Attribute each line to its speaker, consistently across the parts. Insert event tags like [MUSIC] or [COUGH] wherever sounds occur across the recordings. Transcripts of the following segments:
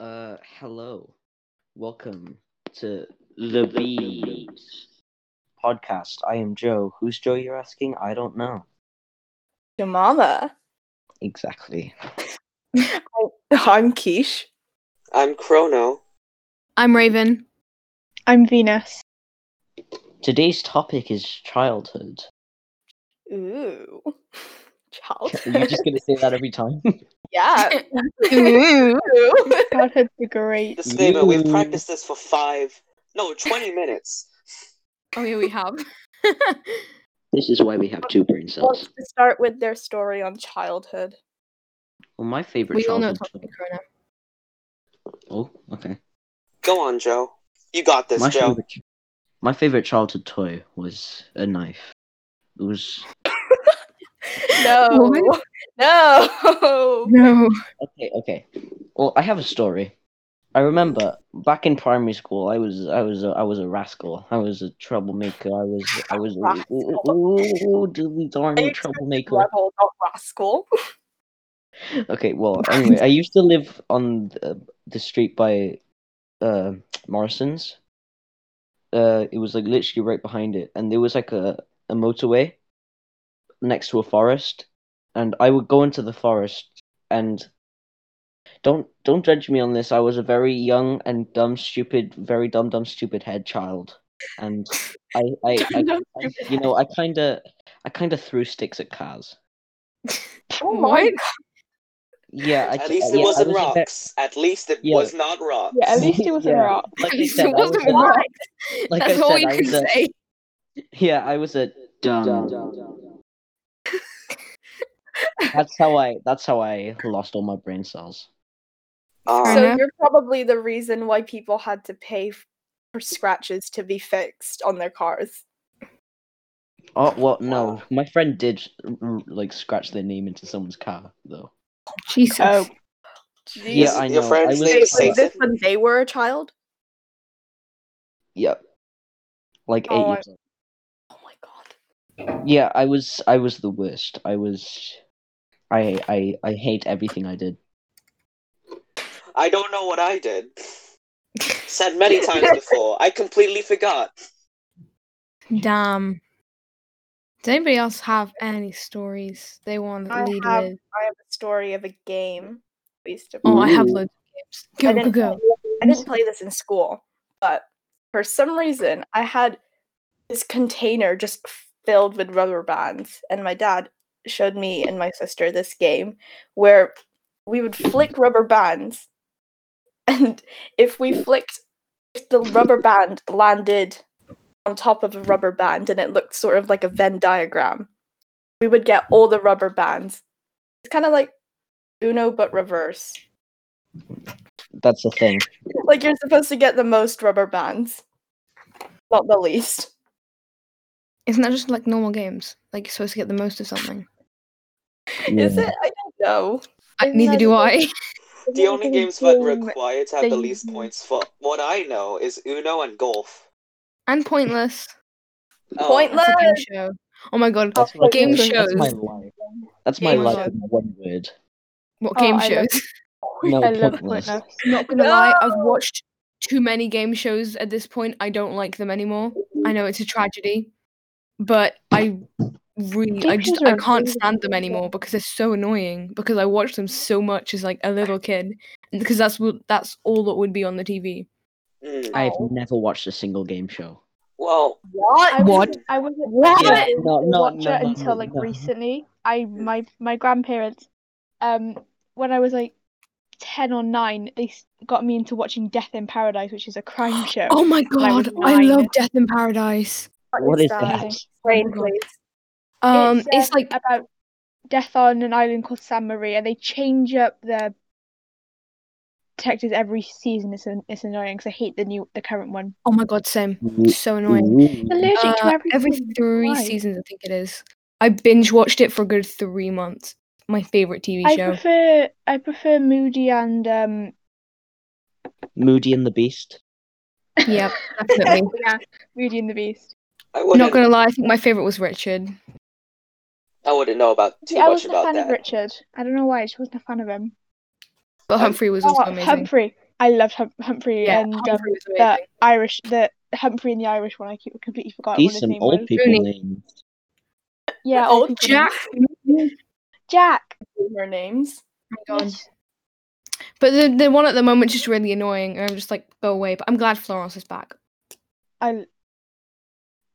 Speaker 1: Uh, hello. Welcome to the Bees podcast. I am Joe. Who's Joe, you're asking? I don't know.
Speaker 2: Your mama.
Speaker 1: Exactly.
Speaker 2: [LAUGHS] I'm Keish.
Speaker 3: I'm Chrono.
Speaker 4: I'm Raven.
Speaker 5: I'm Venus.
Speaker 1: Today's topic is childhood.
Speaker 2: Ooh. [LAUGHS]
Speaker 1: Are you
Speaker 2: Childhood.
Speaker 1: just going to say that every time?
Speaker 2: [LAUGHS] yeah. [LAUGHS]
Speaker 4: Ooh.
Speaker 2: Ooh.
Speaker 5: Godhood's a great.
Speaker 3: Disclaimer,
Speaker 1: Ooh.
Speaker 3: we've practiced this for five, no, 20 minutes.
Speaker 4: Oh yeah, we have.
Speaker 1: this is why we have two brain
Speaker 2: Wants
Speaker 1: cells.
Speaker 2: to start with their story on childhood.
Speaker 1: Well, my favorite
Speaker 4: we all know
Speaker 1: childhood.
Speaker 4: Tommy Corona.
Speaker 1: Oh, okay.
Speaker 3: Go on, Joe. You got this,
Speaker 1: my
Speaker 3: Joe.
Speaker 1: favorite, my favorite childhood toy was a knife. It was
Speaker 2: No.
Speaker 4: What?
Speaker 2: [LAUGHS] No.
Speaker 4: No.
Speaker 1: Okay, okay. Well, I have a story. I remember back in primary school, I was, I was, a, I was a rascal. I was a troublemaker. I was, I was, a-
Speaker 2: [LAUGHS] Rascal.
Speaker 1: ooh, ooh, dilly darn
Speaker 2: Are you
Speaker 1: troublemaker.
Speaker 2: Rebel, not rascal.
Speaker 1: Okay, well, anyway, I used to live on the, uh, the street by, uh, Morrison's. Uh, it was like literally right behind it, and there was like a a motorway next to a forest, and I would go into the forest and don't don't judge me on this. I was a very young and dumb, stupid, very dumb, dumb, stupid head child, and I, I, I,
Speaker 2: [LAUGHS]
Speaker 1: [LAUGHS]
Speaker 2: Dumb, dumb,
Speaker 1: I-
Speaker 2: stupid
Speaker 1: you know, I kind of, I kind of threw sticks at cars.
Speaker 2: Oh
Speaker 4: What?
Speaker 2: my
Speaker 1: Yeah, I, uh,
Speaker 3: At least it
Speaker 1: yeah, I
Speaker 3: wasn't
Speaker 1: was a ve-
Speaker 3: rocks. At least it
Speaker 1: Yeah.
Speaker 3: was not rocks.
Speaker 5: Yeah,
Speaker 1: [LAUGHS]
Speaker 5: at least it was
Speaker 1: Yeah.
Speaker 5: a rock.
Speaker 1: Like
Speaker 4: [LAUGHS]
Speaker 1: I
Speaker 4: At least
Speaker 1: said, I
Speaker 4: it wasn't
Speaker 1: was a-
Speaker 4: rock.
Speaker 1: Like
Speaker 4: That's
Speaker 1: I
Speaker 4: all
Speaker 1: said,
Speaker 4: we
Speaker 1: I
Speaker 4: can
Speaker 1: was a-
Speaker 4: say.
Speaker 1: [LAUGHS] yeah, I was a dumb.
Speaker 3: Dumb.
Speaker 1: [LAUGHS] That's how I. That's how I lost all my brain cells.
Speaker 3: Um,
Speaker 4: Fair
Speaker 2: So
Speaker 4: enough.
Speaker 2: you're probably the reason why people had to pay f- for scratches to be fixed on their cars.
Speaker 1: Oh well, no, my friend did r- like scratch their name into someone's car though.
Speaker 4: Jesus.
Speaker 2: [LAUGHS]
Speaker 5: Oh,
Speaker 1: Yeah, I
Speaker 3: Your
Speaker 1: know. I
Speaker 3: friend's
Speaker 1: was.
Speaker 3: name
Speaker 2: Wait,
Speaker 3: is
Speaker 1: uh,
Speaker 2: was
Speaker 3: Satan.
Speaker 2: this when they were a child?
Speaker 1: Yep. Like eight
Speaker 2: Oh,
Speaker 1: years old.
Speaker 2: Oh my god.
Speaker 1: Yeah, I was. I was the worst. I was. I. I. I hate everything I did.
Speaker 3: I don't know what I did. Said
Speaker 5: [LAUGHS]
Speaker 3: many times before. I completely forgot.
Speaker 4: Damn. Does anybody else have any stories they want to
Speaker 2: I
Speaker 4: lead
Speaker 2: have-
Speaker 4: with?
Speaker 2: I have a story of a game. At least of
Speaker 4: Oh, I have
Speaker 1: Ooh.
Speaker 4: loads of games.
Speaker 2: I
Speaker 4: Go, go,
Speaker 2: didn't,
Speaker 4: go.
Speaker 2: play- I didn't play this in school, but for some reason I had this container just filled with rubber bands, and my dad showed me and my sister this game where we would flick rubber bands, [LAUGHS] and if we flicked, if the rubber band landed on top of a rubber band and it looked sort of like a Venn diagram, we would get all the rubber bands. It's kind of like Uno but reverse
Speaker 1: That's the thing.
Speaker 2: like you're supposed to get the most rubber bands, not the least.
Speaker 4: Isn't that just like normal games? Like you're supposed to get the most of something.
Speaker 2: Is
Speaker 1: Yeah.
Speaker 2: it? I don't know.
Speaker 4: I,
Speaker 5: Isn't
Speaker 4: neither
Speaker 5: that
Speaker 4: do
Speaker 5: just
Speaker 4: I.
Speaker 3: The only games that require to have the
Speaker 5: that
Speaker 3: least
Speaker 5: you-
Speaker 3: points for what I know is Uno and golf.
Speaker 4: [LAUGHS] and pointless.
Speaker 3: Oh,
Speaker 2: Pointless.
Speaker 4: That's a game show. Oh my god.
Speaker 1: That's my,
Speaker 4: Game
Speaker 1: that's, That's my
Speaker 4: shows.
Speaker 1: life. That's my
Speaker 4: Game
Speaker 1: life
Speaker 4: shows.
Speaker 1: in one word.
Speaker 4: What
Speaker 5: Oh,
Speaker 4: game
Speaker 5: I
Speaker 4: shows?
Speaker 5: love-
Speaker 4: [LAUGHS]
Speaker 1: No
Speaker 5: I love
Speaker 1: pointless.
Speaker 5: Pointless.
Speaker 4: not gonna lie, I've
Speaker 2: No.
Speaker 4: watched too many game shows at this point. I don't like them anymore. I know it's a tragedy, but I really, I
Speaker 5: Game
Speaker 4: just,
Speaker 5: shows are
Speaker 4: I can't
Speaker 5: amazing.
Speaker 4: stand them anymore because they're so annoying. Because I watched them so much as like a little kid, and because that's what that's all that would be on the TV.
Speaker 3: mm.
Speaker 1: I've never watched a single game show.
Speaker 3: Well,
Speaker 2: What?
Speaker 5: I
Speaker 4: What?
Speaker 5: Wasn't, I wasn't
Speaker 2: What?
Speaker 5: I
Speaker 1: Yeah,
Speaker 5: didn't
Speaker 1: no, no,
Speaker 5: watch
Speaker 1: no,
Speaker 5: it
Speaker 1: no,
Speaker 5: until
Speaker 1: no,
Speaker 5: like
Speaker 1: no.
Speaker 5: recently. I my my grandparents, um, when I was like ten or nine, they s- got me into watching Death in Paradise, which is
Speaker 4: [GASPS]
Speaker 5: a crime show.
Speaker 4: Oh my
Speaker 5: I was
Speaker 4: god, I love
Speaker 5: nine.
Speaker 4: Death in Paradise.
Speaker 1: What is
Speaker 2: that?
Speaker 1: that?
Speaker 5: Amazing.
Speaker 2: Rain,
Speaker 4: Oh my
Speaker 2: please.
Speaker 4: Um, it's,
Speaker 5: um,
Speaker 4: like
Speaker 5: about death on an island called San Maria. They change up the detectives every season. It's an, it's annoying because I hate the new the current one.
Speaker 4: oh my god, same, so annoying.
Speaker 1: Ooh.
Speaker 5: Allergic to
Speaker 4: Uh,
Speaker 5: every,
Speaker 4: every
Speaker 5: season.
Speaker 4: three
Speaker 5: Why?
Speaker 4: seasons, I think it is. I binge watched it for a good three months. My favorite TV
Speaker 5: I
Speaker 4: show.
Speaker 5: [LAUGHS] prefer I prefer Moody and um
Speaker 1: Moody and the Beast.
Speaker 4: Yep, definitely.
Speaker 5: yeah [LAUGHS] Moody and the Beast.
Speaker 3: I
Speaker 4: Not
Speaker 3: wouldn't.
Speaker 4: gonna lie, I think my favorite was Richard.
Speaker 3: I wouldn't know about too
Speaker 5: I
Speaker 3: much
Speaker 5: wasn't a
Speaker 3: about
Speaker 5: fan
Speaker 3: that.
Speaker 5: of Richard. I don't know why. I just wasn't a fan of him.
Speaker 4: But Humphrey was also
Speaker 5: Oh,
Speaker 4: amazing.
Speaker 5: Humphrey. I loved hum- Humphrey
Speaker 4: yeah,
Speaker 5: and um,
Speaker 4: Humphrey was
Speaker 5: that
Speaker 4: amazing.
Speaker 5: Irish, the Humphrey and the Irish one. I keep- completely forgot what
Speaker 1: These
Speaker 5: his
Speaker 1: some
Speaker 5: name
Speaker 1: old
Speaker 5: was.
Speaker 1: people
Speaker 4: Rooney.
Speaker 1: names.
Speaker 5: Yeah,
Speaker 2: Old
Speaker 5: people
Speaker 4: Jack.
Speaker 5: names. Jack.
Speaker 2: Her names.
Speaker 4: Oh my God. But the, the one at the moment just really annoying. and I'm just like, go away. But I'm glad Florence is back.
Speaker 5: I.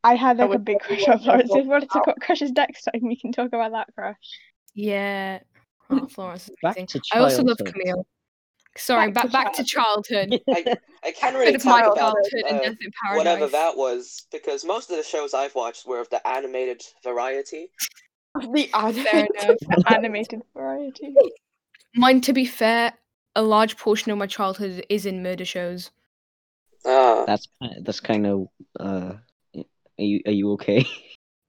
Speaker 5: I had
Speaker 2: I
Speaker 5: like a
Speaker 2: would
Speaker 5: big
Speaker 2: probably
Speaker 5: crush on
Speaker 2: watch that
Speaker 5: Florence.
Speaker 2: one
Speaker 5: If Florence have got crushes next time, we can talk about that crush.
Speaker 4: Yeah. Oh, Florence is
Speaker 1: Back
Speaker 4: amazing.
Speaker 1: to
Speaker 4: I also love
Speaker 1: childhood.
Speaker 4: Camille. Sorry,
Speaker 2: Back to
Speaker 4: back back to childhood.
Speaker 1: [LAUGHS]
Speaker 3: I
Speaker 4: Bit
Speaker 3: can't really
Speaker 4: of my
Speaker 3: talk about
Speaker 4: childhood and
Speaker 3: uh,
Speaker 4: Death in Paradise.
Speaker 3: whatever that was because most of the shows I've watched were of the animated variety.
Speaker 2: The
Speaker 4: Fair
Speaker 2: [LAUGHS]
Speaker 4: enough.
Speaker 5: Animated variety.
Speaker 4: Mine, to be fair, a large portion of my childhood is in murder shows. [LAUGHS]
Speaker 3: Ah,
Speaker 1: That's kind that's kind of. Uh, are you are you [LAUGHS] okay?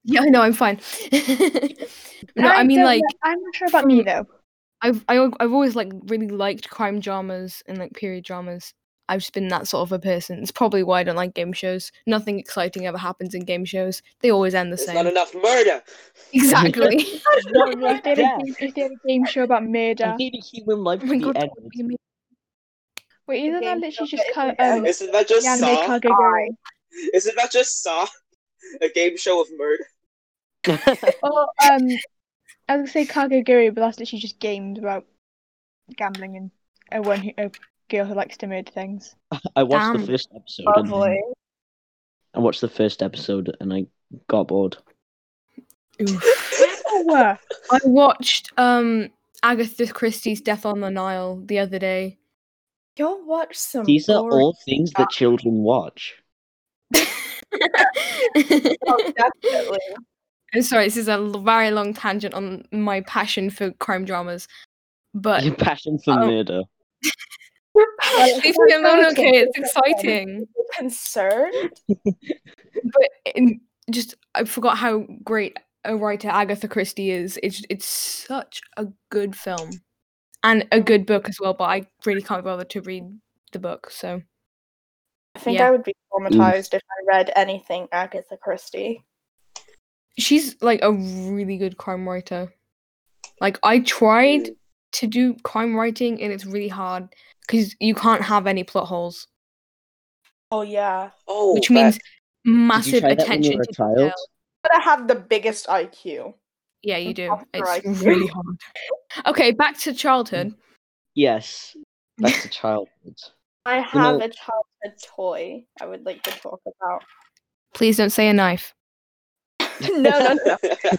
Speaker 4: Yeah, I know, I'm fine. [LAUGHS] no, I mean,
Speaker 5: don't
Speaker 4: like,
Speaker 5: know- I'm not sure about me
Speaker 4: from-
Speaker 5: though.
Speaker 4: I've I, al- I've always like really liked crime dramas and like period dramas. I've just been that sort of a person. It's probably why I don't like game shows. Nothing exciting ever happens in game shows. They always end the
Speaker 3: there's
Speaker 4: same.
Speaker 3: not enough murder.
Speaker 4: [LAUGHS] Exactly.
Speaker 3: [LAUGHS]
Speaker 4: [LAUGHS]
Speaker 1: Not
Speaker 5: If they, had a game, if they had a game show about murder,
Speaker 1: I need a human life
Speaker 4: oh
Speaker 1: to
Speaker 4: my
Speaker 1: be
Speaker 4: god. that
Speaker 1: edited.
Speaker 4: would be amazing.
Speaker 5: wait, isn't that
Speaker 2: game
Speaker 5: literally
Speaker 2: show,
Speaker 5: just
Speaker 2: but
Speaker 5: kind
Speaker 2: it's
Speaker 5: of um,
Speaker 2: like a-
Speaker 3: Isn't that just
Speaker 5: the anime
Speaker 3: Saw?
Speaker 5: Cargo Girl?
Speaker 3: Isn't that just Saw? A game show of murder.
Speaker 1: [LAUGHS]
Speaker 5: Or um, I was gonna say Cargo Guru, but that's literally just games about gambling and a one who, a girl who likes to murder [LAUGHS] things.
Speaker 1: I watched
Speaker 4: Damn.
Speaker 1: the first episode. and then-
Speaker 2: Lovely.
Speaker 1: I watched the first episode and I got bored.
Speaker 4: Oof.
Speaker 5: Oh, wow.
Speaker 4: I watched um Agatha Christie's Death on the Nile the other day. [LAUGHS]
Speaker 2: You'll watch some.
Speaker 1: These are
Speaker 2: boring- [LAUGHS]
Speaker 1: all things that children watch.
Speaker 2: Oh, definitely.
Speaker 4: I'm sorry, this is a l- very long tangent on my passion for crime dramas. But
Speaker 1: Your passion for
Speaker 4: Oh.
Speaker 1: murder.
Speaker 4: [LAUGHS] leave me alone, okay? It's exciting.
Speaker 2: Concerned?
Speaker 4: But in, just I forgot how great a writer Agatha Christie is. It's it's such a good film and a good book as well. But I really can't bother to read the book. So
Speaker 2: I think
Speaker 4: Yeah.
Speaker 2: I would be traumatized if I read anything Agatha Christie.
Speaker 4: she's like a really good crime writer. Like I tried
Speaker 3: Mm.
Speaker 4: to do crime writing and it's really hard because you can't have any plot holes,
Speaker 2: Oh yeah.
Speaker 3: Oh,
Speaker 4: which means
Speaker 3: that-
Speaker 1: Did you
Speaker 4: massive
Speaker 1: try that when you
Speaker 4: attention
Speaker 1: were
Speaker 4: to
Speaker 1: a child?
Speaker 4: detail.
Speaker 2: But I have the biggest IQ.
Speaker 4: Yeah, you do.
Speaker 2: Imposter
Speaker 4: It's
Speaker 2: IQ.
Speaker 4: really [LAUGHS] hard. Okay, back to childhood.
Speaker 1: Yes. Back
Speaker 4: [LAUGHS]
Speaker 1: to childhood.
Speaker 2: I
Speaker 1: You
Speaker 2: have
Speaker 1: know-
Speaker 2: a childhood toy I would like to talk about.
Speaker 4: Please don't say a knife.
Speaker 2: no, no, no.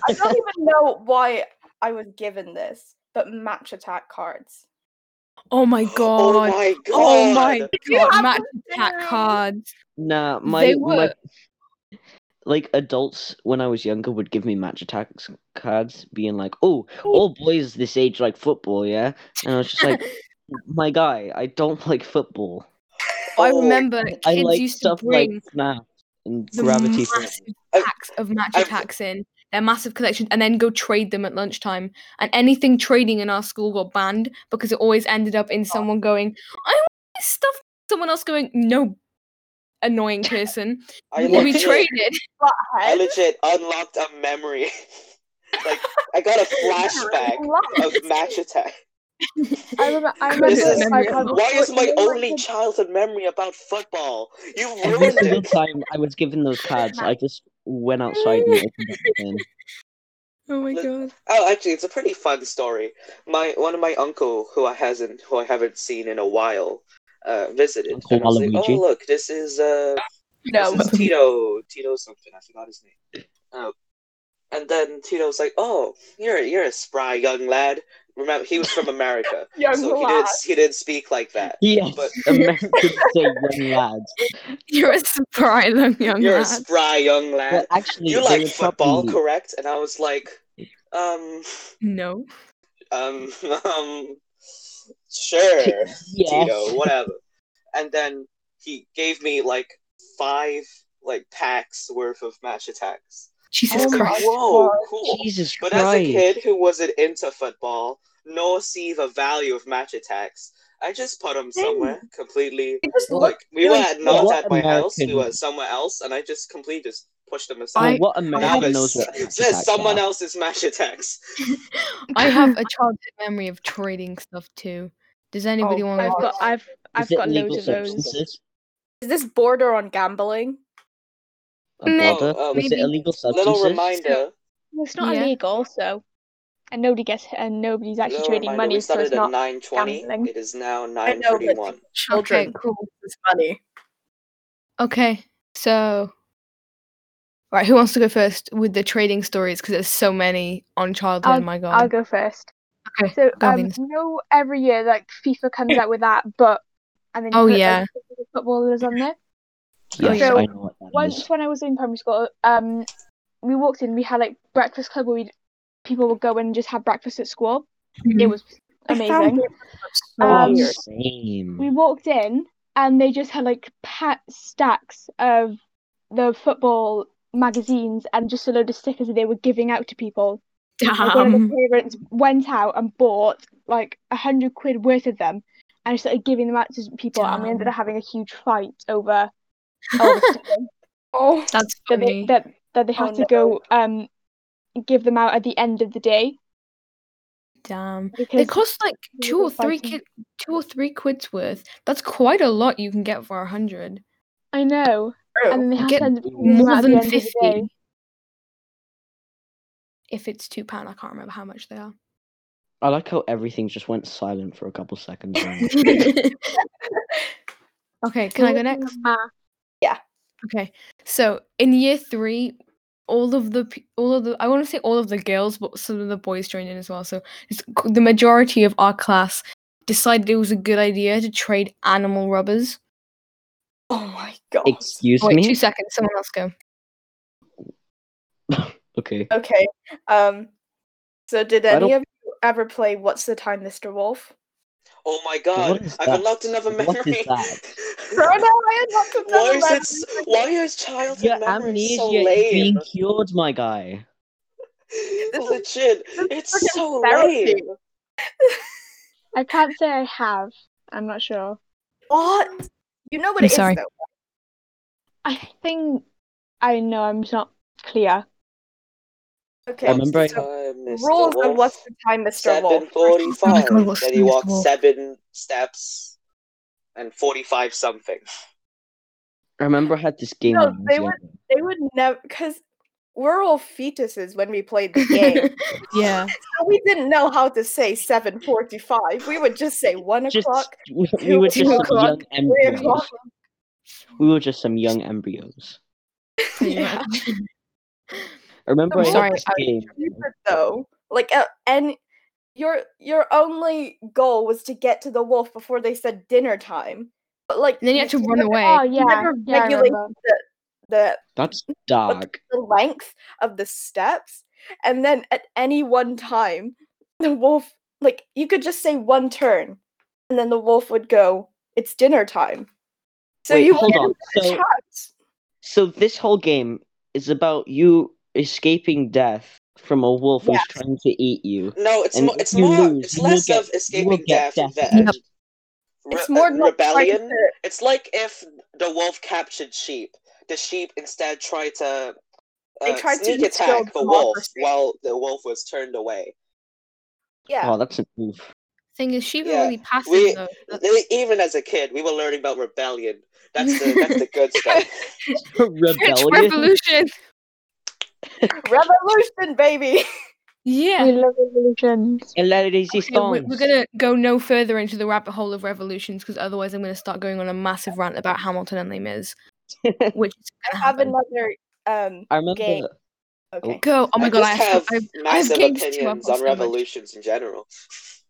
Speaker 2: I don't even know why I was given this, but match attack cards.
Speaker 4: [LAUGHS] Oh
Speaker 1: [GASPS]
Speaker 4: my god.
Speaker 3: [LAUGHS] oh my god.
Speaker 4: Oh my god,
Speaker 2: You have
Speaker 4: match
Speaker 2: to
Speaker 4: attack
Speaker 2: do-
Speaker 4: cards.
Speaker 1: Nah, my,
Speaker 4: They
Speaker 1: my
Speaker 4: were-
Speaker 1: like adults when I was younger would give me match attacks cards, being like, "Oh, all boys this age like football, yeah." And I was just like,
Speaker 4: [LAUGHS]
Speaker 1: "My guy, I don't [LAUGHS] like football.
Speaker 4: I
Speaker 3: Oh,
Speaker 4: remember kids
Speaker 1: I like
Speaker 4: used to
Speaker 1: stuff like
Speaker 4: bring
Speaker 1: Snap and
Speaker 4: the
Speaker 1: Gravity." Falls.
Speaker 4: massive
Speaker 3: I-
Speaker 4: packs of match
Speaker 3: I've-
Speaker 4: attacks in their massive collection and then go trade them at lunchtime. And anything trading in our school got banned because it always ended up in someone going, I want this stuff. Someone else going, no, annoying person.
Speaker 3: I
Speaker 4: we
Speaker 3: legit-
Speaker 4: traded.
Speaker 3: I
Speaker 2: Butthead.
Speaker 3: legit unlocked a memory. [LAUGHS] like I got
Speaker 5: [LAUGHS]
Speaker 3: a flashback of
Speaker 4: [LAUGHS]
Speaker 3: match attack.
Speaker 5: I remember. I
Speaker 4: Couldn't
Speaker 5: remember.
Speaker 3: This is-
Speaker 5: like,
Speaker 4: remember
Speaker 5: I
Speaker 4: it.
Speaker 5: was-
Speaker 3: Why is my
Speaker 5: you know, like,
Speaker 3: only
Speaker 5: the-
Speaker 3: childhood memory about football?
Speaker 4: [LAUGHS]
Speaker 3: You
Speaker 1: Every
Speaker 3: ruined
Speaker 1: single
Speaker 3: it.
Speaker 1: time I was given those cards, I just went outside and opened up the
Speaker 4: [LAUGHS]
Speaker 1: bin.
Speaker 4: Oh my
Speaker 3: Look-
Speaker 4: god.
Speaker 3: Oh, actually, it's a pretty fun story. My one of my uncle who I hasn't who I haven't seen in a while uh, visited,
Speaker 1: Uncle
Speaker 3: and I was like, "Oh,
Speaker 1: Waluigi?
Speaker 3: look, this is uh,
Speaker 2: No.
Speaker 3: This is Tito, Tito something. I forgot his name. Oh. And then Tito was like, "Oh, you're you're a spry young lad." Remember, he was from America,
Speaker 2: [LAUGHS] Young
Speaker 3: so he
Speaker 2: lad.
Speaker 3: didn't he didn't speak
Speaker 1: [LAUGHS]
Speaker 3: like that.
Speaker 1: Yes, Americans say young lads.
Speaker 4: You're a surprise, young, young
Speaker 3: You're a
Speaker 4: lad.
Speaker 3: spry young lad. [LAUGHS]
Speaker 1: But actually,
Speaker 3: you
Speaker 1: they
Speaker 3: like
Speaker 1: would
Speaker 3: football,
Speaker 1: probably-
Speaker 3: correct? And I was like, um, [LAUGHS]
Speaker 4: No.
Speaker 3: um, um, [LAUGHS]
Speaker 1: [LAUGHS]
Speaker 3: sure, Tito,
Speaker 1: Yes.
Speaker 3: whatever. And then he gave me like five like packs worth of match attacks.
Speaker 4: Jesus
Speaker 5: Oh my
Speaker 4: Christ. [LAUGHS]
Speaker 3: Whoa,
Speaker 2: God.
Speaker 3: cool.
Speaker 1: Jesus
Speaker 3: But
Speaker 1: Christ.
Speaker 3: as a kid who wasn't into football, nor see the value of match attacks, I just put them somewhere completely.
Speaker 2: It just
Speaker 1: What?
Speaker 2: looked
Speaker 3: Like we were
Speaker 1: Really?
Speaker 3: at, not
Speaker 1: What
Speaker 3: at my house, we
Speaker 1: American-
Speaker 3: were somewhere else, and I just completely just push them
Speaker 1: Oh,
Speaker 3: aside.
Speaker 1: what American
Speaker 3: have
Speaker 1: knows what
Speaker 3: s-
Speaker 1: attack
Speaker 3: says
Speaker 1: attacks
Speaker 3: someone
Speaker 1: are?
Speaker 3: else's mash attacks.
Speaker 4: I have a childhood memory of trading stuff too. Does anybody want
Speaker 5: I've
Speaker 4: to?
Speaker 5: got I've I've
Speaker 1: Is it
Speaker 5: got
Speaker 1: legal
Speaker 5: loads of those.
Speaker 1: substances?
Speaker 2: Is this border on gambling?
Speaker 1: A
Speaker 4: No,
Speaker 1: border?
Speaker 3: um,
Speaker 1: Is it
Speaker 4: maybe-
Speaker 1: illegal substances?
Speaker 3: Little reminder.
Speaker 5: Well, it's not
Speaker 4: Yeah.
Speaker 5: illegal, so and nobody gets and nobody's actually
Speaker 3: Little
Speaker 5: trading
Speaker 3: reminder.
Speaker 5: money,
Speaker 3: we
Speaker 5: so
Speaker 3: started
Speaker 5: it's not.
Speaker 3: at nine twenty.
Speaker 5: gambling.
Speaker 3: It is now
Speaker 2: I
Speaker 3: nine
Speaker 2: know, but-
Speaker 3: thirty-one.
Speaker 4: Okay,
Speaker 2: Children.
Speaker 4: cool.
Speaker 2: This is funny.
Speaker 4: Okay, so right, who wants to go first with the trading stories? Because there's so many on childhood. my God.
Speaker 5: I'll go first.
Speaker 4: Okay,
Speaker 5: So
Speaker 4: go,
Speaker 5: um,
Speaker 4: Venus.
Speaker 5: you know, every year like FIFA comes out with that, but and then you
Speaker 4: Oh,
Speaker 5: put, like,
Speaker 4: yeah.
Speaker 5: the footballers on there.
Speaker 1: Yes,
Speaker 4: So,
Speaker 1: I know what that [LAUGHS]
Speaker 5: Once
Speaker 1: is.
Speaker 5: when I was in primary school, um, we walked in. We had like breakfast club where we people would go and just have breakfast at school.
Speaker 4: [LAUGHS]
Speaker 5: It was
Speaker 2: Mm-hmm. I found
Speaker 5: amazing.
Speaker 2: it so
Speaker 5: Um,
Speaker 2: weird.
Speaker 1: Oh, Same.
Speaker 5: we walked in and they just had like pat stacks of the football magazines and just a load of stickers that they were giving out to people. Like one of
Speaker 4: Damn.
Speaker 5: the parents went out and bought like a hundred quid worth of them and started giving them out to people and we ended
Speaker 4: Damn.
Speaker 5: up having a huge fight over all the stickers
Speaker 2: Oh,
Speaker 4: That's
Speaker 5: that
Speaker 4: funny.
Speaker 5: they that, that they had
Speaker 2: Oh,
Speaker 5: to
Speaker 2: no.
Speaker 5: go um give them out at the end of the day
Speaker 4: Damn. They
Speaker 5: because
Speaker 4: cost like
Speaker 5: we
Speaker 4: two
Speaker 5: were
Speaker 4: or three
Speaker 5: fighting.
Speaker 4: ki- two or three quid's worth. That's quite a lot you can get for a hundred.
Speaker 5: I know.
Speaker 2: true.
Speaker 5: And then they had
Speaker 4: Get
Speaker 5: to end up giving them out
Speaker 4: More
Speaker 5: at the
Speaker 4: than
Speaker 5: end of the day.
Speaker 4: fifty. If it's two pound, I can't remember how much they
Speaker 5: [LAUGHS]
Speaker 4: are.
Speaker 1: I like how everything just went silent for a couple seconds. there.
Speaker 4: [LAUGHS] okay, can I go
Speaker 5: Working on
Speaker 4: next?
Speaker 5: math.
Speaker 4: Okay, so in year three, all of the p- all of the I want to say all of the girls, but some of the boys joined in as well. So it's, c- the majority of our class decided it was a good idea to trade animal rubbers.
Speaker 2: Oh my god.
Speaker 1: Excuse
Speaker 4: Oh, wait, two
Speaker 1: me?
Speaker 4: seconds. Someone else go.
Speaker 1: Okay.
Speaker 2: Okay. Um. So, did
Speaker 1: I
Speaker 2: any
Speaker 1: don't-
Speaker 2: of you ever play What's the Time, Mr.
Speaker 3: [LAUGHS]
Speaker 2: Wolf?
Speaker 3: Oh my god!
Speaker 1: is
Speaker 3: I've
Speaker 1: that?
Speaker 3: unlocked another memory.
Speaker 1: What is that?
Speaker 2: Bro, no, I unlocked another
Speaker 3: why is it?
Speaker 2: memory.
Speaker 3: s- Why is childhood
Speaker 1: Your
Speaker 3: memory
Speaker 1: amnesia
Speaker 3: so
Speaker 1: is being
Speaker 3: lame?
Speaker 1: cured, my guy.
Speaker 2: is-
Speaker 3: Legit,
Speaker 2: this is freaking
Speaker 3: it's so
Speaker 2: therapy.
Speaker 3: lame.
Speaker 5: I can't say I have. I'm not sure.
Speaker 2: What? You know what
Speaker 4: I'm
Speaker 2: it is
Speaker 4: sorry.
Speaker 2: though.
Speaker 5: I think I know I'm not clear.
Speaker 2: Okay.
Speaker 1: I remember I-
Speaker 2: so
Speaker 3: Time, Mr.
Speaker 2: rules of
Speaker 3: Wolf.
Speaker 2: What's the Time, Mr. Wolf.
Speaker 3: Seven forty-five.
Speaker 4: Oh my God, what's
Speaker 3: then you
Speaker 4: Mr.
Speaker 3: walk
Speaker 4: Wolf?
Speaker 3: seven steps and forty-five something.
Speaker 1: I remember I had this game.
Speaker 2: No,
Speaker 1: when I was
Speaker 2: they
Speaker 1: younger.
Speaker 2: They would never, because we're all fetuses when we
Speaker 4: [LAUGHS]
Speaker 2: played the game.
Speaker 5: [LAUGHS]
Speaker 4: yeah.
Speaker 2: so we didn't know how to say 7.45. We would just say 1
Speaker 1: Just
Speaker 2: o'clock,
Speaker 1: we we
Speaker 2: two
Speaker 1: were just some
Speaker 2: o'clock,
Speaker 1: young
Speaker 2: 3 o'clock.
Speaker 1: embryos. We were just some young embryos.
Speaker 4: pretty
Speaker 5: Yeah.
Speaker 4: much.
Speaker 1: I remember
Speaker 2: The
Speaker 1: I
Speaker 4: sorry,
Speaker 1: had this
Speaker 4: I-
Speaker 1: game.
Speaker 2: Stupid though. Like, uh, and your your only goal was to get to the wolf before they said dinner time. But like,
Speaker 4: And then you have to run
Speaker 2: never-
Speaker 4: away.
Speaker 5: Oh yeah,
Speaker 2: never
Speaker 5: yeah, I
Speaker 2: regulate
Speaker 5: remember.
Speaker 2: the
Speaker 1: That's dark.
Speaker 2: the length of the steps and then at any one time the wolf like you could just say one turn and then the wolf would go it's dinner time so
Speaker 1: Wait,
Speaker 2: you
Speaker 1: hold
Speaker 2: wouldn't
Speaker 1: on.
Speaker 2: have a
Speaker 1: So,
Speaker 2: chance.
Speaker 1: so this whole game is about you escaping death from a wolf
Speaker 2: Yes.
Speaker 1: who's trying to eat you.
Speaker 3: No, it's
Speaker 1: And
Speaker 3: more.
Speaker 1: if
Speaker 3: It's
Speaker 1: you
Speaker 3: more.
Speaker 1: lose,
Speaker 3: it's
Speaker 1: you will
Speaker 3: less
Speaker 1: get-
Speaker 3: of
Speaker 1: you will
Speaker 3: escaping
Speaker 1: get
Speaker 3: death, and
Speaker 1: death.
Speaker 4: Yep.
Speaker 3: re-
Speaker 2: it's more
Speaker 3: uh,
Speaker 2: like trying
Speaker 3: rebellion.
Speaker 2: to-
Speaker 3: It's like if the wolf captured sheep. The sheep instead tried to
Speaker 2: They
Speaker 3: uh,
Speaker 2: tried to
Speaker 3: sneak
Speaker 2: instill
Speaker 3: attack the wolf
Speaker 2: democracy.
Speaker 3: while the wolf was turned away.
Speaker 2: yeah
Speaker 1: Oh, that's a move.
Speaker 4: [LAUGHS]
Speaker 1: [LAUGHS]
Speaker 4: Thing is, sheep are
Speaker 3: Yeah,
Speaker 4: really passive
Speaker 3: we-
Speaker 4: though.
Speaker 3: [LAUGHS] Really, Even as a kid, we were learning about rebellion. That's the that's the
Speaker 2: [LAUGHS]
Speaker 3: good stuff.
Speaker 4: French
Speaker 1: Rebellion.
Speaker 4: Revolution.
Speaker 2: revolution baby [LAUGHS]
Speaker 4: Yeah.
Speaker 5: We love
Speaker 3: [LAUGHS]
Speaker 5: revolutions.
Speaker 1: And let it
Speaker 4: Okay, we're, we're gonna go no further into the rabbit hole of revolutions because otherwise I'm gonna start going on a massive rant about Hamilton and Les
Speaker 3: [LAUGHS]
Speaker 4: Mis, which is
Speaker 2: i
Speaker 4: gonna
Speaker 2: have
Speaker 4: happen.
Speaker 2: another um
Speaker 1: I remember.
Speaker 2: Game. okay
Speaker 4: Go! Oh my
Speaker 3: I
Speaker 4: god, I
Speaker 3: just
Speaker 4: have, so-
Speaker 3: have
Speaker 4: I've, I have
Speaker 3: massive
Speaker 4: games too, I've
Speaker 3: opinions
Speaker 4: got
Speaker 3: on
Speaker 4: so much.
Speaker 3: revolutions in general.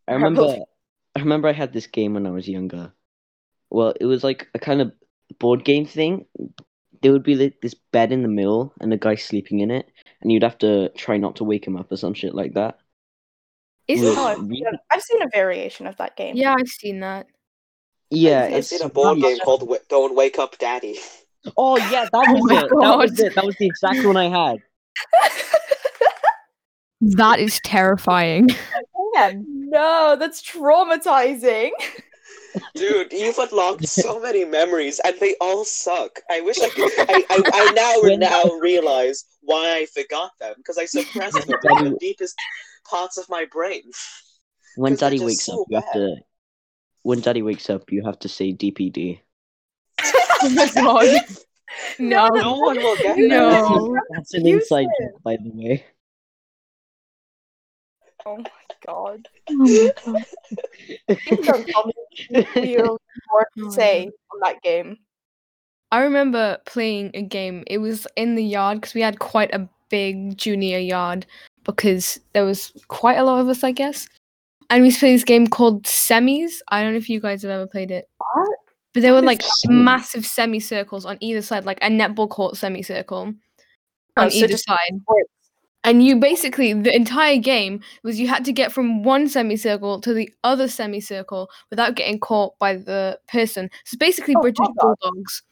Speaker 1: I remember. I remember I had this game when I was younger. Well, it was like a kind of board game thing. There would be like this bed in the middle and a guy sleeping in it, and you'd have to try not to wake him up or some shit like that.
Speaker 4: Is
Speaker 1: Look,
Speaker 2: oh, I've, seen a, I've seen a variation of that
Speaker 3: Mm.
Speaker 2: game
Speaker 4: yeah, I've seen that.
Speaker 1: Yeah,
Speaker 3: I've
Speaker 1: it's
Speaker 3: seen a board
Speaker 1: rough.
Speaker 3: game called w- "Don't Wake Up, Daddy."
Speaker 1: Oh yeah, that
Speaker 4: [LAUGHS] Oh
Speaker 1: was
Speaker 4: my
Speaker 1: it. That was
Speaker 4: God.
Speaker 1: it. That was the exact one I had.
Speaker 4: That is terrifying.
Speaker 2: no that's traumatizing
Speaker 3: Dude, you've unlocked so many memories, and they all suck. I wish I could. I, I, I now
Speaker 1: When-
Speaker 3: now realize why I forgot them because I suppressed them in the deepest parts of my brain.
Speaker 1: When
Speaker 3: 'Cause they're
Speaker 1: Daddy
Speaker 3: just
Speaker 1: wakes
Speaker 3: so
Speaker 1: up, you have
Speaker 3: bad.
Speaker 1: to. When Daddy wakes up, you have to say DPD.
Speaker 4: Oh my [LAUGHS]
Speaker 3: [LAUGHS]
Speaker 4: god. No.
Speaker 2: No,
Speaker 3: No one will get
Speaker 4: No.
Speaker 3: that.
Speaker 1: That's an, that's
Speaker 3: [LAUGHS]
Speaker 1: an
Speaker 2: Use
Speaker 1: inside
Speaker 2: it.
Speaker 1: joke, by the way.
Speaker 2: Oh my god.
Speaker 5: Oh my god.
Speaker 2: Please
Speaker 1: [LAUGHS]
Speaker 2: don't tell me [LAUGHS] we have more
Speaker 4: Oh,
Speaker 2: to
Speaker 4: yeah.
Speaker 2: say on that game.
Speaker 4: I remember playing a game. It was in the yard because we had quite a big junior yard because there was quite a lot of us, I guess. And we used to play this game called semis. I don't know if you guys have ever played it.
Speaker 2: What?
Speaker 4: But there were
Speaker 2: What
Speaker 4: like
Speaker 2: is
Speaker 1: semis?
Speaker 4: massive semicircles on either side, like a netball court semicircle
Speaker 2: Oh,
Speaker 4: on
Speaker 2: so
Speaker 4: either
Speaker 2: just-
Speaker 4: side.
Speaker 2: Wait,
Speaker 4: And you basically, the entire game was you had to get from one semicircle to the other semicircle without getting caught by the person. So basically,
Speaker 2: Oh,
Speaker 4: British
Speaker 2: Bulldogs.
Speaker 4: Bulldogs.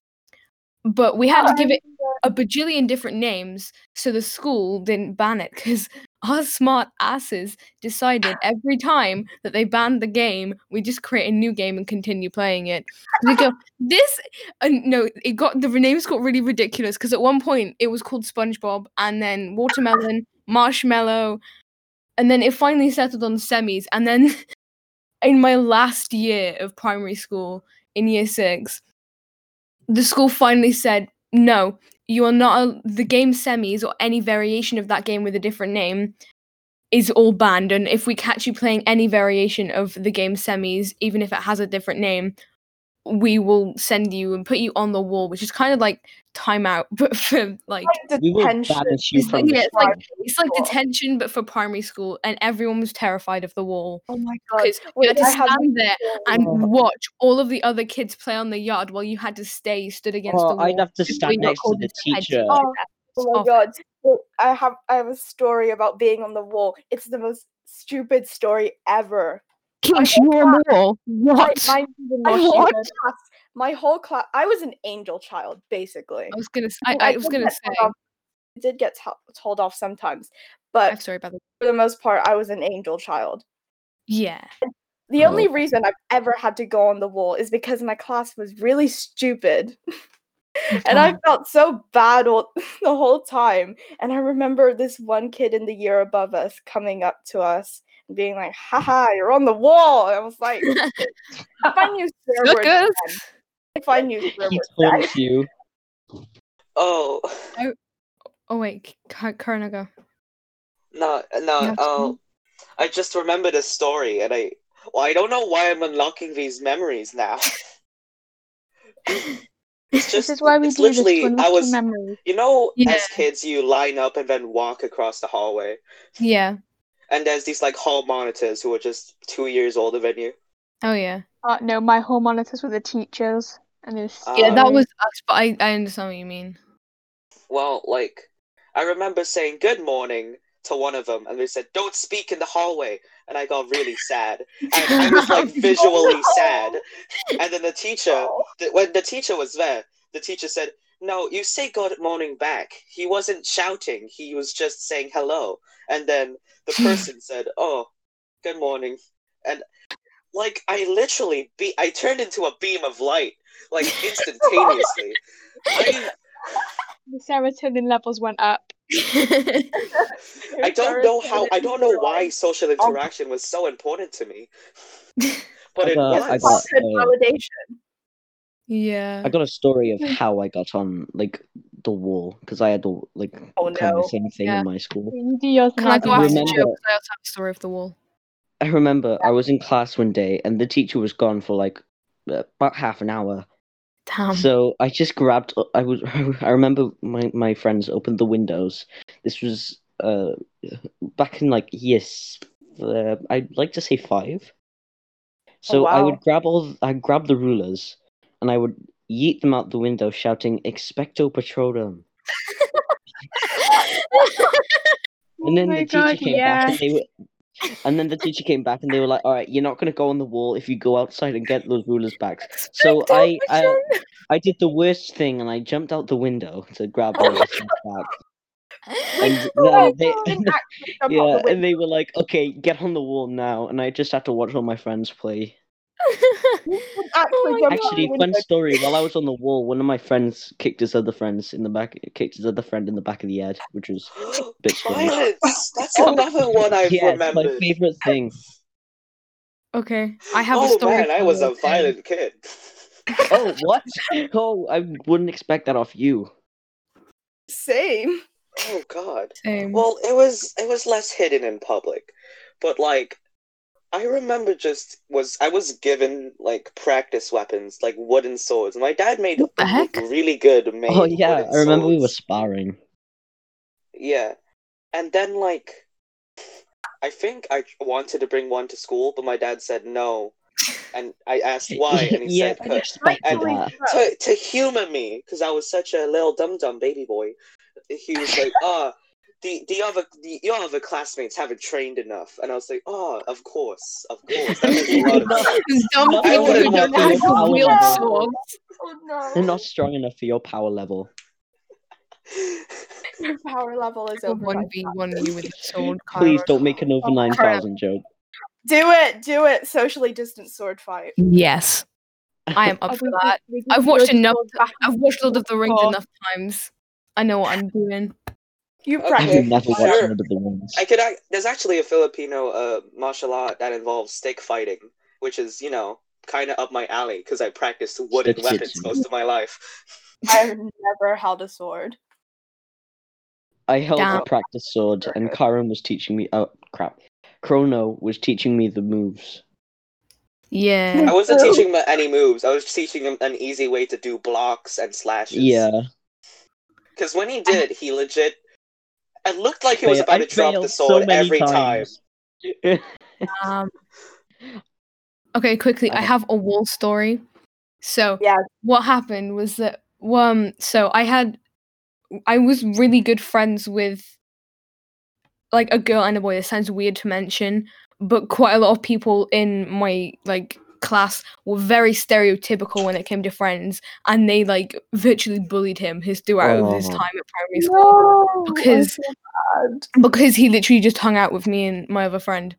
Speaker 4: But we had to give
Speaker 2: I-
Speaker 4: it a bajillion different names so the school didn't ban it because our smart asses decided every time that they banned the game, we just create a new game and continue playing it. We go, this, and no, it got the names got really ridiculous because at one point it was called SpongeBob and then Watermelon, Marshmallow, and then it finally settled on semis. And then [LAUGHS] in my last year of primary school in year six, the school finally said, no, you are not al- the game semis or any variation of that game with a different name is all banned and if we catch you playing any variation of the game semis even if it has a different name we will send you and put you on the wall which is kind of like timeout [LAUGHS] but for like
Speaker 2: like
Speaker 1: We will
Speaker 2: detention.
Speaker 1: banish you
Speaker 4: It's
Speaker 1: from
Speaker 4: like-
Speaker 1: the
Speaker 4: yeah, it's
Speaker 1: school.
Speaker 4: like- it's like detention but for primary school and everyone was terrified of the wall
Speaker 2: Oh my god.
Speaker 4: because you had to
Speaker 2: I have
Speaker 4: stand there and
Speaker 1: Oh.
Speaker 4: watch all of the other kids play on the yard while you had to stay stood against the
Speaker 1: Oh,
Speaker 4: wall
Speaker 1: I'd have to
Speaker 4: before
Speaker 1: stand
Speaker 4: you got
Speaker 1: next to
Speaker 4: called
Speaker 1: the
Speaker 4: into head
Speaker 1: teacher.
Speaker 4: teacher.
Speaker 2: Oh, Oh my
Speaker 4: Off.
Speaker 2: god. So I have I have a story about being on the wall. It's the most stupid story ever.
Speaker 4: Kish, you are more. What?
Speaker 2: My, mine's even
Speaker 4: I
Speaker 2: more stupid.
Speaker 4: want-
Speaker 2: Class, my whole class I was an angel child, basically.
Speaker 4: I was gonna. s- I,
Speaker 2: mean,
Speaker 4: I was
Speaker 2: did
Speaker 4: gonna
Speaker 2: get
Speaker 4: say.
Speaker 2: told off- I did get to- told off sometimes,
Speaker 4: I'm
Speaker 2: but
Speaker 4: sorry about that.
Speaker 2: for the most part, I was an angel child.
Speaker 4: Yeah.
Speaker 2: The
Speaker 1: Oh.
Speaker 4: Uh-huh.
Speaker 2: only reason I've ever had to go on the wall is because my class was really stupid. [LAUGHS] and I felt so bad all, [LAUGHS] the whole time. And I remember this one kid in the year above us coming up to us and being like, haha, you're on the wall. I was like, if I knew
Speaker 4: [LAUGHS]
Speaker 2: swear words
Speaker 4: Suckers.
Speaker 2: then, if I knew swear
Speaker 1: He
Speaker 2: words then,
Speaker 1: taunts you.
Speaker 3: Oh
Speaker 4: Oh wait, Karna go.
Speaker 3: no, no.
Speaker 4: That's
Speaker 3: Oh, I just remembered a story, and I. Well, I don't know why I'm unlocking these memories now. It's just.
Speaker 5: [LAUGHS] This is why we
Speaker 3: it's
Speaker 5: do this
Speaker 3: literally-
Speaker 5: to
Speaker 3: I
Speaker 5: unlock your
Speaker 3: was-
Speaker 5: memories.
Speaker 3: You know,
Speaker 4: Yeah.
Speaker 3: as kids, you line up and then walk across the hallway,
Speaker 4: [LAUGHS] Yeah.
Speaker 3: and there's these like hall monitors who are just two years older than you.
Speaker 4: Oh yeah.
Speaker 5: Uh, no, my whole monitors were the teachers, and it was
Speaker 3: Uh,
Speaker 4: Yeah, that
Speaker 5: scary.
Speaker 4: was us, but I, I understand what you mean. [LAUGHS]
Speaker 3: Well, like, I remember saying good morning to one of them, and they said, "Don't speak in the hallway," and I got really sad. And I
Speaker 2: [LAUGHS]
Speaker 3: was like visually
Speaker 2: Oh, no.
Speaker 3: sad. And then the teacher,
Speaker 2: Oh.
Speaker 3: th- when the teacher was there, the teacher said, "No, you say good morning back." He wasn't shouting; he was just saying hello. And then
Speaker 2: [SIGHS]
Speaker 3: the person said, "Oh, good morning," and like I literally be I turned into a beam of light
Speaker 2: [LAUGHS]
Speaker 3: like instantaneously. I,
Speaker 5: The serotonin levels went up.
Speaker 3: I don't know how I don't know why social interaction was so important to me. But it
Speaker 1: Uh, I
Speaker 3: was.
Speaker 1: got,
Speaker 2: Good
Speaker 1: uh,
Speaker 2: validation.
Speaker 4: yeah.
Speaker 1: I got a story
Speaker 4: [LAUGHS]
Speaker 1: of how I got on like the wall because I had the like
Speaker 3: uh,
Speaker 2: Oh,
Speaker 1: kind of
Speaker 2: no.
Speaker 1: the same thing
Speaker 4: Yeah.
Speaker 1: in my school.
Speaker 5: You do yours
Speaker 4: Can
Speaker 5: now,
Speaker 4: I go
Speaker 5: don't
Speaker 1: I
Speaker 4: after
Speaker 5: you?
Speaker 4: Joe?
Speaker 1: remember-
Speaker 4: 'Cause I also have a story of the wall.
Speaker 1: I remember I was in class one day and the teacher was gone for like about half an hour.
Speaker 5: Um,
Speaker 4: Damn. [LAUGHS]
Speaker 1: So I just grabbed. I was. [LAUGHS] I remember my my friends opened the windows. This was uh back in like yes, uh, I'd like to say five.
Speaker 5: Oh,
Speaker 1: So I
Speaker 2: wow.
Speaker 1: would grab all. I grab the rulers, and I would yeet them out the window, shouting "Expecto Patronum."
Speaker 2: [LAUGHS]
Speaker 1: And
Speaker 5: Oh
Speaker 1: then
Speaker 5: my
Speaker 1: the teacher
Speaker 5: God,
Speaker 1: came back, and they were. And then the teacher came back, and they were like, "All right, you're not gonna go on the wall if you go outside and get those rulers back." So I, I, I did the worst thing, and I jumped out the window to grab all the stuff back.
Speaker 2: [LAUGHS]
Speaker 4: [LAUGHS]
Speaker 1: And
Speaker 2: Oh my
Speaker 1: then they, [LAUGHS]
Speaker 2: God. Didn't actually jump out
Speaker 1: yeah,
Speaker 2: the
Speaker 1: and they were like, "Okay, get on the wall now," and I just had to watch all my friends play.
Speaker 2: Oh, Actually,
Speaker 4: my
Speaker 2: jump out
Speaker 1: Actually,
Speaker 2: the
Speaker 1: fun
Speaker 2: window. [LAUGHS]
Speaker 1: story. While I was on the wall, one of my friends kicked his other friends in the back. Kicked his other friend in the back of the head, which was
Speaker 3: [GASPS]
Speaker 1: bit strange. [LAUGHS]
Speaker 3: Violence! That's another one I've
Speaker 1: yeah, it's my
Speaker 3: remembered.
Speaker 1: favorite
Speaker 3: [LAUGHS]
Speaker 1: thing.
Speaker 4: Okay, I have
Speaker 3: oh,
Speaker 4: a story.
Speaker 3: man, I
Speaker 4: for
Speaker 3: was
Speaker 4: you,
Speaker 3: a
Speaker 4: okay?
Speaker 3: violent kid. [LAUGHS]
Speaker 1: Oh, what? Oh, I wouldn't expect that off you.
Speaker 2: [LAUGHS] Same.
Speaker 3: Oh
Speaker 4: [LAUGHS]
Speaker 3: god.
Speaker 4: Same.
Speaker 3: Well, it was it was less hidden in public, but like I remember just was I was given like practice weapons like wooden swords. My dad made
Speaker 4: What the heck?
Speaker 3: really good made.
Speaker 1: Oh yeah,
Speaker 3: wooden
Speaker 1: I remember we were
Speaker 3: swords.
Speaker 1: sparring.
Speaker 3: Yeah. And then like I think I wanted to bring one to school, but my dad said no. And I asked why, and he
Speaker 1: yeah,
Speaker 3: said,
Speaker 1: I
Speaker 3: "'Cause-
Speaker 1: respect
Speaker 3: and-
Speaker 1: that.
Speaker 2: [LAUGHS]
Speaker 3: to, to humor me because I was such a little dum dum baby boy. He was like, "Ah, the the other the, your other classmates haven't trained enough," and I was like, "Oh, of course, of course." That makes a lot [LAUGHS] of sense.
Speaker 4: Dumb
Speaker 1: Not
Speaker 4: people
Speaker 3: strong
Speaker 4: who
Speaker 3: enough
Speaker 4: don't
Speaker 3: for
Speaker 4: know how to
Speaker 3: your
Speaker 1: power
Speaker 4: wield
Speaker 1: level.
Speaker 4: swords.
Speaker 2: Oh [LAUGHS] no.
Speaker 1: They're not strong enough for your power level.
Speaker 2: Your power level is over.
Speaker 4: One v one you with a
Speaker 3: [LAUGHS]
Speaker 4: sword.
Speaker 1: Please
Speaker 4: Kyra.
Speaker 1: don't make an over
Speaker 2: Oh,
Speaker 1: nine thousand joke.
Speaker 2: Do it, do it. Socially distant sword fight.
Speaker 4: Yes, [LAUGHS] I am up for that. I've watched enough- I've watched Lord of the Rings
Speaker 5: Oh.
Speaker 4: enough times. I know what I'm doing.
Speaker 2: You
Speaker 3: Okay.
Speaker 1: I
Speaker 2: practice. [LAUGHS]
Speaker 1: have never watched
Speaker 3: Sure.
Speaker 1: Lord of the Rings.
Speaker 3: I could. I, there's actually a Filipino uh, martial art that involves stick fighting, which is you know kind of up my alley because I practiced wooden
Speaker 1: Stick
Speaker 3: weapons
Speaker 1: jitsu.
Speaker 3: most of my life.
Speaker 2: I've never held a sword.
Speaker 1: I held
Speaker 4: Damn.
Speaker 1: a practice sword, and Karen was teaching me. Oh crap! Chrono was teaching me the moves.
Speaker 4: Yeah.
Speaker 3: I wasn't
Speaker 2: Boo.
Speaker 3: teaching him any moves. I was teaching him an easy way to do blocks and slashes.
Speaker 1: Yeah,
Speaker 3: Because when he did, he legit. It looked like he was
Speaker 1: fail-
Speaker 3: about
Speaker 1: I
Speaker 3: to drop the
Speaker 1: failed
Speaker 3: sword
Speaker 1: so many
Speaker 3: every time.
Speaker 1: times.
Speaker 4: Um, okay, quickly. I
Speaker 1: Okay.
Speaker 4: have a wall story. So
Speaker 2: Yeah.
Speaker 4: what happened was that um, so I had, I was really good friends with, like a girl and a boy. This sounds weird to mention, but quite a lot of people in my like class were very stereotypical when it came to friends, and they like virtually bullied him his throughout his
Speaker 1: Oh.
Speaker 4: time at primary school.
Speaker 2: No,
Speaker 4: Because- because he literally just hung out with me and my other friend,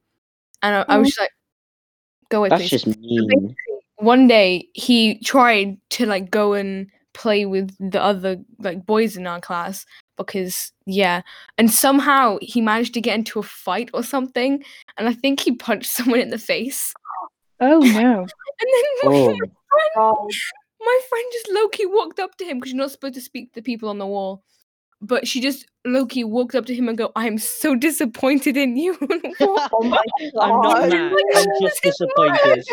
Speaker 4: and I, I was just like, "Go away,
Speaker 1: [LAUGHS] Oh. That's
Speaker 4: please."
Speaker 1: just mean.
Speaker 4: One day, he tried to like go and play with the other like boys in our class because yeah, and somehow he managed to get into a fight or something, and I think he punched [LAUGHS] someone in the face, [LAUGHS]
Speaker 5: Oh no.
Speaker 4: and then my,
Speaker 1: Oh,
Speaker 4: my friend just Loki walked up to him because you're not supposed to speak to people on the wall. But she just Loki walked up to him and go, "I am so disappointed in you." [LAUGHS] and walked
Speaker 2: Oh [LAUGHS] my
Speaker 1: I'm not
Speaker 2: God.
Speaker 1: mad.
Speaker 4: Like,
Speaker 1: I'm
Speaker 4: this
Speaker 1: just
Speaker 4: is mine.
Speaker 1: disappointed.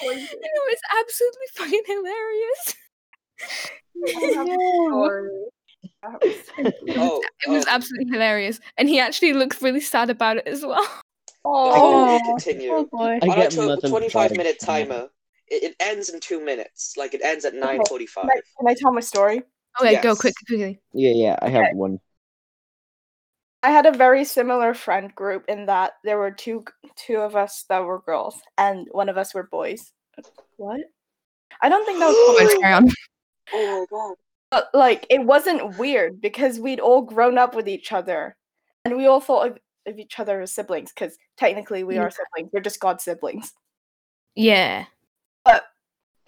Speaker 4: and [LAUGHS] it was absolutely [LAUGHS] fucking hilarious. [LAUGHS]
Speaker 2: [LAUGHS]
Speaker 5: Oh
Speaker 3: Oh,
Speaker 4: It was
Speaker 3: um,
Speaker 4: absolutely hilarious, and he actually looked really sad about it as well. [LAUGHS]
Speaker 3: okay,
Speaker 5: Oh.
Speaker 3: we continue.
Speaker 5: no. Oh boy.
Speaker 1: I
Speaker 3: On a
Speaker 1: get
Speaker 3: tw-
Speaker 1: another
Speaker 3: 25
Speaker 1: charge
Speaker 3: minute
Speaker 1: now.
Speaker 3: timer, it, it ends in two minutes. Like, it ends at 9.45.
Speaker 2: Can I, can I tell my story?
Speaker 4: Okay, go
Speaker 3: Yes.
Speaker 4: quick, quickly.
Speaker 1: Yeah, yeah, I have one. [LAUGHS]
Speaker 2: I had a very similar friend group in that there were two two of us that were girls and one of us were boys. What? I don't think that was [GASPS]
Speaker 4: Go
Speaker 2: public
Speaker 4: on, carry on.
Speaker 3: Oh, my God.
Speaker 2: but like it wasn't weird because we'd all grown up with each other and we all thought of, of each other as siblings because technically we are siblings we're just god siblings
Speaker 4: Yeah.
Speaker 2: I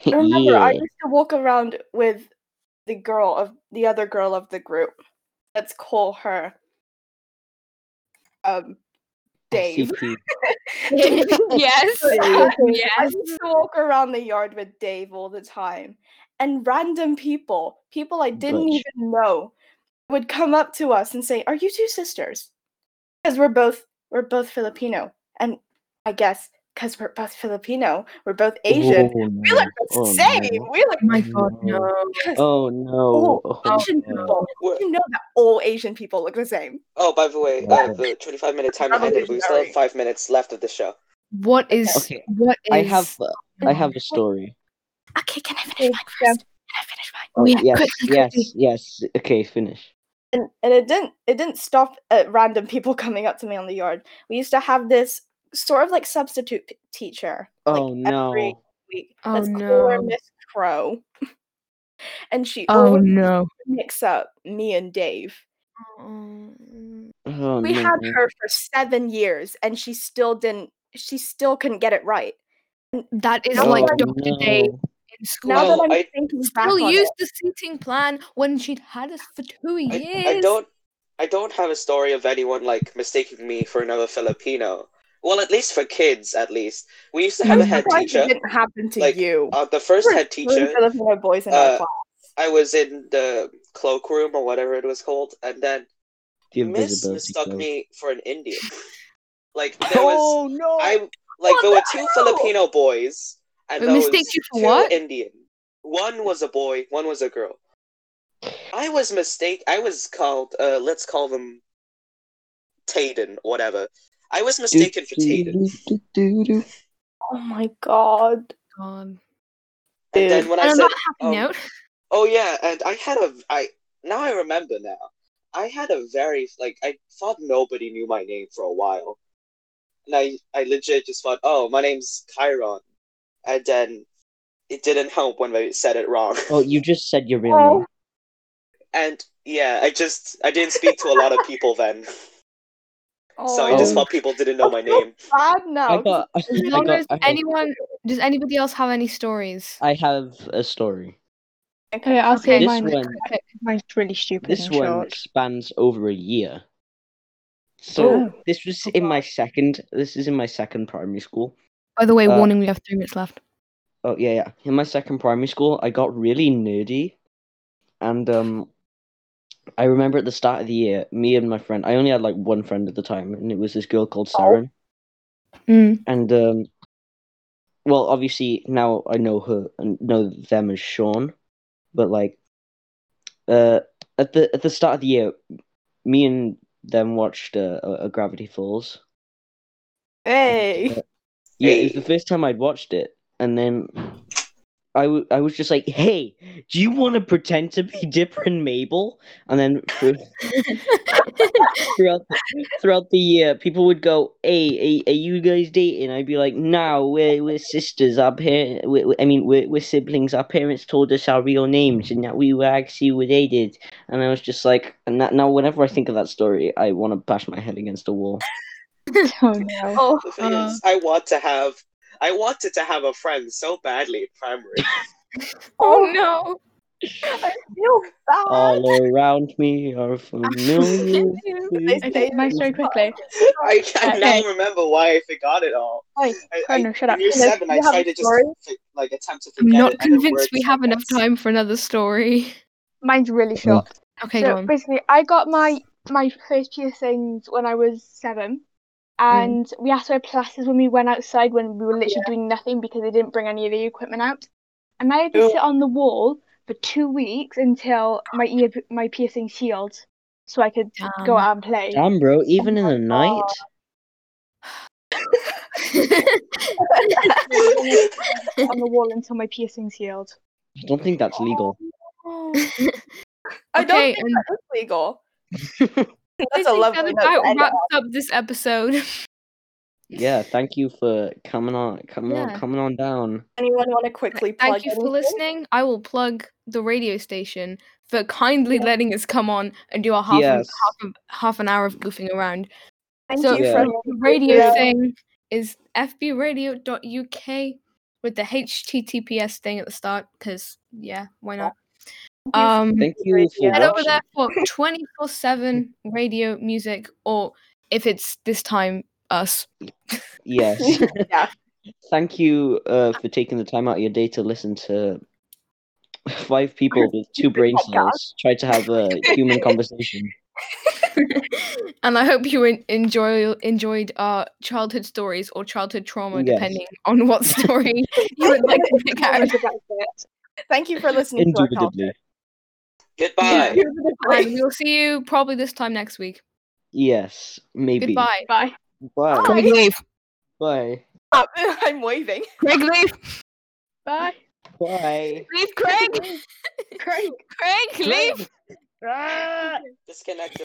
Speaker 2: remember i
Speaker 1: yeah.
Speaker 2: used to walk around with the girl of the other girl of the group let's call her um dave
Speaker 1: SCP.
Speaker 4: yes.
Speaker 2: Dave. I
Speaker 4: [LAUGHS] yes.
Speaker 2: used to walk around the yard with Dave all the time, and random people, people I didn't
Speaker 1: Butch.
Speaker 2: even know, would come up to us and say, "Are you two sisters?" Because we're both we're both Filipino, and I guess because we're both Filipino, we're both Asian.
Speaker 1: Oh,
Speaker 2: We look
Speaker 1: no.
Speaker 2: the
Speaker 1: Oh,
Speaker 2: same.
Speaker 1: no.
Speaker 2: We look.
Speaker 4: Oh my god,
Speaker 1: No.
Speaker 4: no.
Speaker 2: Yes.
Speaker 1: Oh, no.
Speaker 2: Oh,
Speaker 1: Oh,
Speaker 2: Asian
Speaker 1: no.
Speaker 2: people.
Speaker 3: We're-
Speaker 2: You know that all Asian people look the same.
Speaker 3: oh, by the way, uh, the 25 minute timer ended. We still have
Speaker 2: Revolutionary.
Speaker 3: five minutes left of the show.
Speaker 4: What is?
Speaker 1: Okay,
Speaker 4: What is?
Speaker 1: I have I
Speaker 4: Oh.
Speaker 1: have a story.
Speaker 2: Okay, can I finish
Speaker 5: Okay,
Speaker 2: mine
Speaker 5: yeah.
Speaker 2: first? Can I finish mine?
Speaker 4: Oh, yeah,
Speaker 1: yes,
Speaker 4: quickly,
Speaker 1: yes,
Speaker 4: quickly.
Speaker 1: yes. Okay, finish.
Speaker 2: and, and it didn't it didn't stop at random people [LAUGHS] coming up to me on the yard we used to have this sort of like substitute p- teacher
Speaker 1: Oh
Speaker 2: like every
Speaker 1: no.
Speaker 2: week
Speaker 4: Oh
Speaker 2: let's call her
Speaker 4: no.
Speaker 2: miss crow [LAUGHS] and she
Speaker 4: Oh
Speaker 2: always
Speaker 4: no.
Speaker 2: mix up me and dave
Speaker 1: Oh no.
Speaker 2: we had her for seven years and she still didn't she still couldn't get it right
Speaker 4: That is
Speaker 2: Now
Speaker 4: like
Speaker 1: Oh,
Speaker 2: that I-
Speaker 4: Dr. Day in school.
Speaker 2: Now
Speaker 3: Well,
Speaker 2: that I'm
Speaker 3: I-
Speaker 2: thinking back
Speaker 4: Still
Speaker 2: on
Speaker 4: used
Speaker 2: it,
Speaker 4: the seating plan when she'd had us for two
Speaker 3: I,
Speaker 4: years.
Speaker 3: I don't I don't have a story of anyone like mistaking me for another Filipino. Well, at least for kids, at least we used to have
Speaker 2: I'm
Speaker 3: a head
Speaker 2: surprised
Speaker 3: teacher.
Speaker 2: It didn't happen to
Speaker 3: Like,
Speaker 2: you.
Speaker 3: Uh, the first head
Speaker 2: Three
Speaker 3: teacher,
Speaker 2: Filipino boys in
Speaker 3: uh,
Speaker 2: our class.
Speaker 3: I was in the cloakroom or whatever it was called, and then
Speaker 1: The
Speaker 3: Miss
Speaker 1: invisibility
Speaker 3: mistook
Speaker 1: cloak.
Speaker 3: me for an
Speaker 1: [LAUGHS]
Speaker 3: Indian. Like there was,
Speaker 2: no!
Speaker 3: I
Speaker 2: What
Speaker 3: like there were
Speaker 2: the
Speaker 3: two
Speaker 2: hell?
Speaker 3: Filipino boys, and
Speaker 4: They
Speaker 3: there was
Speaker 4: mistake
Speaker 3: two
Speaker 4: you for what?
Speaker 3: Indian. One was a boy, one was a girl. I was mistake. I was called. Uh, let's call them Tayden, whatever. I was mistaken for Tayden.
Speaker 1: Do-do-do-do-do.
Speaker 2: oh my god.
Speaker 4: God.
Speaker 3: And then when I
Speaker 4: And on
Speaker 3: said,
Speaker 4: that happy
Speaker 3: um,
Speaker 4: note,
Speaker 3: "Oh yeah," and I had a, I now I remember now. I had a very like I thought nobody knew my name for a while, and I I legit just thought, "Oh, my name's Chiron," and then it didn't help when they said it wrong.
Speaker 1: Oh, you just said your real
Speaker 2: Oh.
Speaker 1: name.
Speaker 3: And yeah, I just I didn't speak to a lot of people then, so I just
Speaker 1: Oh.
Speaker 3: thought people didn't know my name.
Speaker 2: bad now.
Speaker 1: I
Speaker 2: 'cause [LAUGHS]
Speaker 1: got. [LAUGHS] I
Speaker 4: as long
Speaker 1: got.
Speaker 4: as
Speaker 1: I have,
Speaker 4: anyone, does anybody else have any stories?
Speaker 1: I have a story.
Speaker 2: I
Speaker 5: Okay,
Speaker 2: can't-
Speaker 5: I'll say
Speaker 4: Okay.
Speaker 1: This
Speaker 5: mine.
Speaker 1: one.
Speaker 4: Okay.
Speaker 5: Mine's really stupid
Speaker 1: This
Speaker 5: and
Speaker 1: one
Speaker 5: short. [LAUGHS]
Speaker 1: spans over a year. So
Speaker 5: Oh.
Speaker 1: this was
Speaker 2: Oh,
Speaker 1: in my second. This is in my second primary school.
Speaker 4: By the way,
Speaker 1: Uh,
Speaker 4: warning, we have three minutes left.
Speaker 1: Oh yeah, yeah. In my second primary school, I got really nerdy, and um, I remember at the start of the year, me and my friend. I only had like one friend at the time, and it was this girl called
Speaker 2: Oh.
Speaker 1: Saren.
Speaker 4: Mm.
Speaker 1: And um, well, obviously now I know her and know them as Sean, but like, uh, at the at the start of the year, me and them watched uh, uh, Gravity Falls.
Speaker 2: Hey.
Speaker 1: Yeah, it was the
Speaker 3: Hey.
Speaker 1: first time I'd watched it, and then I wa- I was just like, "Hey, do you want to pretend to be Dipper and Mabel?" And then thro- throughout the, throughout the year, people would go, "Hey, are, are you guys dating?" I'd be like, "No, we're we're sisters. Our parents, we we- I mean, we're we're siblings. Our parents told us our real names, and that we were actually related." And I was just like, and that, now whenever I think of that story, I want to bash my head against a wall.
Speaker 4: [LAUGHS]
Speaker 5: Oh no.
Speaker 2: Oh,
Speaker 3: The thing is, I want to have, I wanted to have a friend so badly in primary.
Speaker 4: Oh no!
Speaker 2: I feel bad.
Speaker 1: Oh, All around me are familiar.
Speaker 2: They
Speaker 1: faces.
Speaker 5: Okay,
Speaker 2: say
Speaker 5: my story quickly.
Speaker 3: I can now
Speaker 5: Okay.
Speaker 3: remember why I forgot it all.
Speaker 5: Oi,
Speaker 3: I, I,
Speaker 5: Connor, shut up.
Speaker 3: in year
Speaker 2: You know,
Speaker 3: seven,
Speaker 2: you
Speaker 3: I
Speaker 2: have
Speaker 3: tried
Speaker 2: a
Speaker 3: to just
Speaker 2: story?
Speaker 3: fi- like attempt to
Speaker 4: I'm
Speaker 3: forget
Speaker 4: not
Speaker 3: it, and it
Speaker 4: convinced
Speaker 3: worked
Speaker 4: we have enough
Speaker 3: sometimes.
Speaker 4: time for another story.
Speaker 5: Mine's really short.
Speaker 4: Okay,
Speaker 5: so
Speaker 4: go on. [LAUGHS]
Speaker 2: [LAUGHS]
Speaker 5: basically, I got my my first piercings when I was seven,
Speaker 4: Mm.
Speaker 5: and we had to wear plasters when we went outside when we were literally doing nothing because they didn't bring any of the equipment out. And I had to
Speaker 2: Ew.
Speaker 5: sit on the wall for two weeks until my ear my piercings healed, so I could go
Speaker 4: Damn.
Speaker 5: out and play.
Speaker 1: Damn, bro, even in the night.
Speaker 3: [LAUGHS]
Speaker 5: on the wall until my piercings healed.
Speaker 1: I don't think that's legal.
Speaker 2: I don't
Speaker 4: okay,
Speaker 2: think
Speaker 4: and
Speaker 2: that's legal.
Speaker 4: I
Speaker 2: That's a
Speaker 4: think
Speaker 2: lovely
Speaker 4: that
Speaker 2: note to
Speaker 4: about
Speaker 2: end
Speaker 4: wraps
Speaker 2: on.
Speaker 4: up this episode. [LAUGHS]
Speaker 1: Yeah, thank you for coming on, coming
Speaker 4: Yeah.
Speaker 1: on, coming on down.
Speaker 2: Anyone want to quickly plug
Speaker 4: Thank you for
Speaker 2: anything?
Speaker 4: listening. I will plug the radio station for kindly letting us come on and do our half an,
Speaker 1: yes,
Speaker 4: half, half an hour of goofing around.
Speaker 2: Thank
Speaker 4: So
Speaker 2: you
Speaker 1: Yeah.
Speaker 2: for
Speaker 4: the radio
Speaker 2: Yeah.
Speaker 4: thing is fbradio.uk with the https thing at the start because yeah why not um
Speaker 1: thank you for
Speaker 2: Head
Speaker 4: head over
Speaker 1: watching.
Speaker 4: there for 24 7 radio music or if it's this time us [LAUGHS]
Speaker 1: Yes,
Speaker 2: Yeah.
Speaker 1: [LAUGHS] thank you uh, for taking the time out of your day to listen to [LAUGHS] five people with two brain cells try to have a human conversation.
Speaker 4: and i hope you en- enjoy enjoyed our childhood stories or childhood trauma
Speaker 1: Yes.
Speaker 4: depending on
Speaker 1: [LAUGHS]
Speaker 4: what story you would like to pick out
Speaker 2: Thank you for listening to our call.
Speaker 1: Indubitably,
Speaker 3: Goodbye.
Speaker 4: and we'll see you probably this time next week
Speaker 1: yes, maybe.
Speaker 4: goodbye
Speaker 5: Bye.
Speaker 1: Bye.
Speaker 4: greg leave
Speaker 1: Bye.
Speaker 2: [LAUGHS] I'm waving.
Speaker 4: greg leave
Speaker 2: [LAUGHS]
Speaker 5: Bye.
Speaker 1: Bye.
Speaker 4: leave craig
Speaker 5: Craig.
Speaker 4: Craig, leave.
Speaker 3: Disconnect.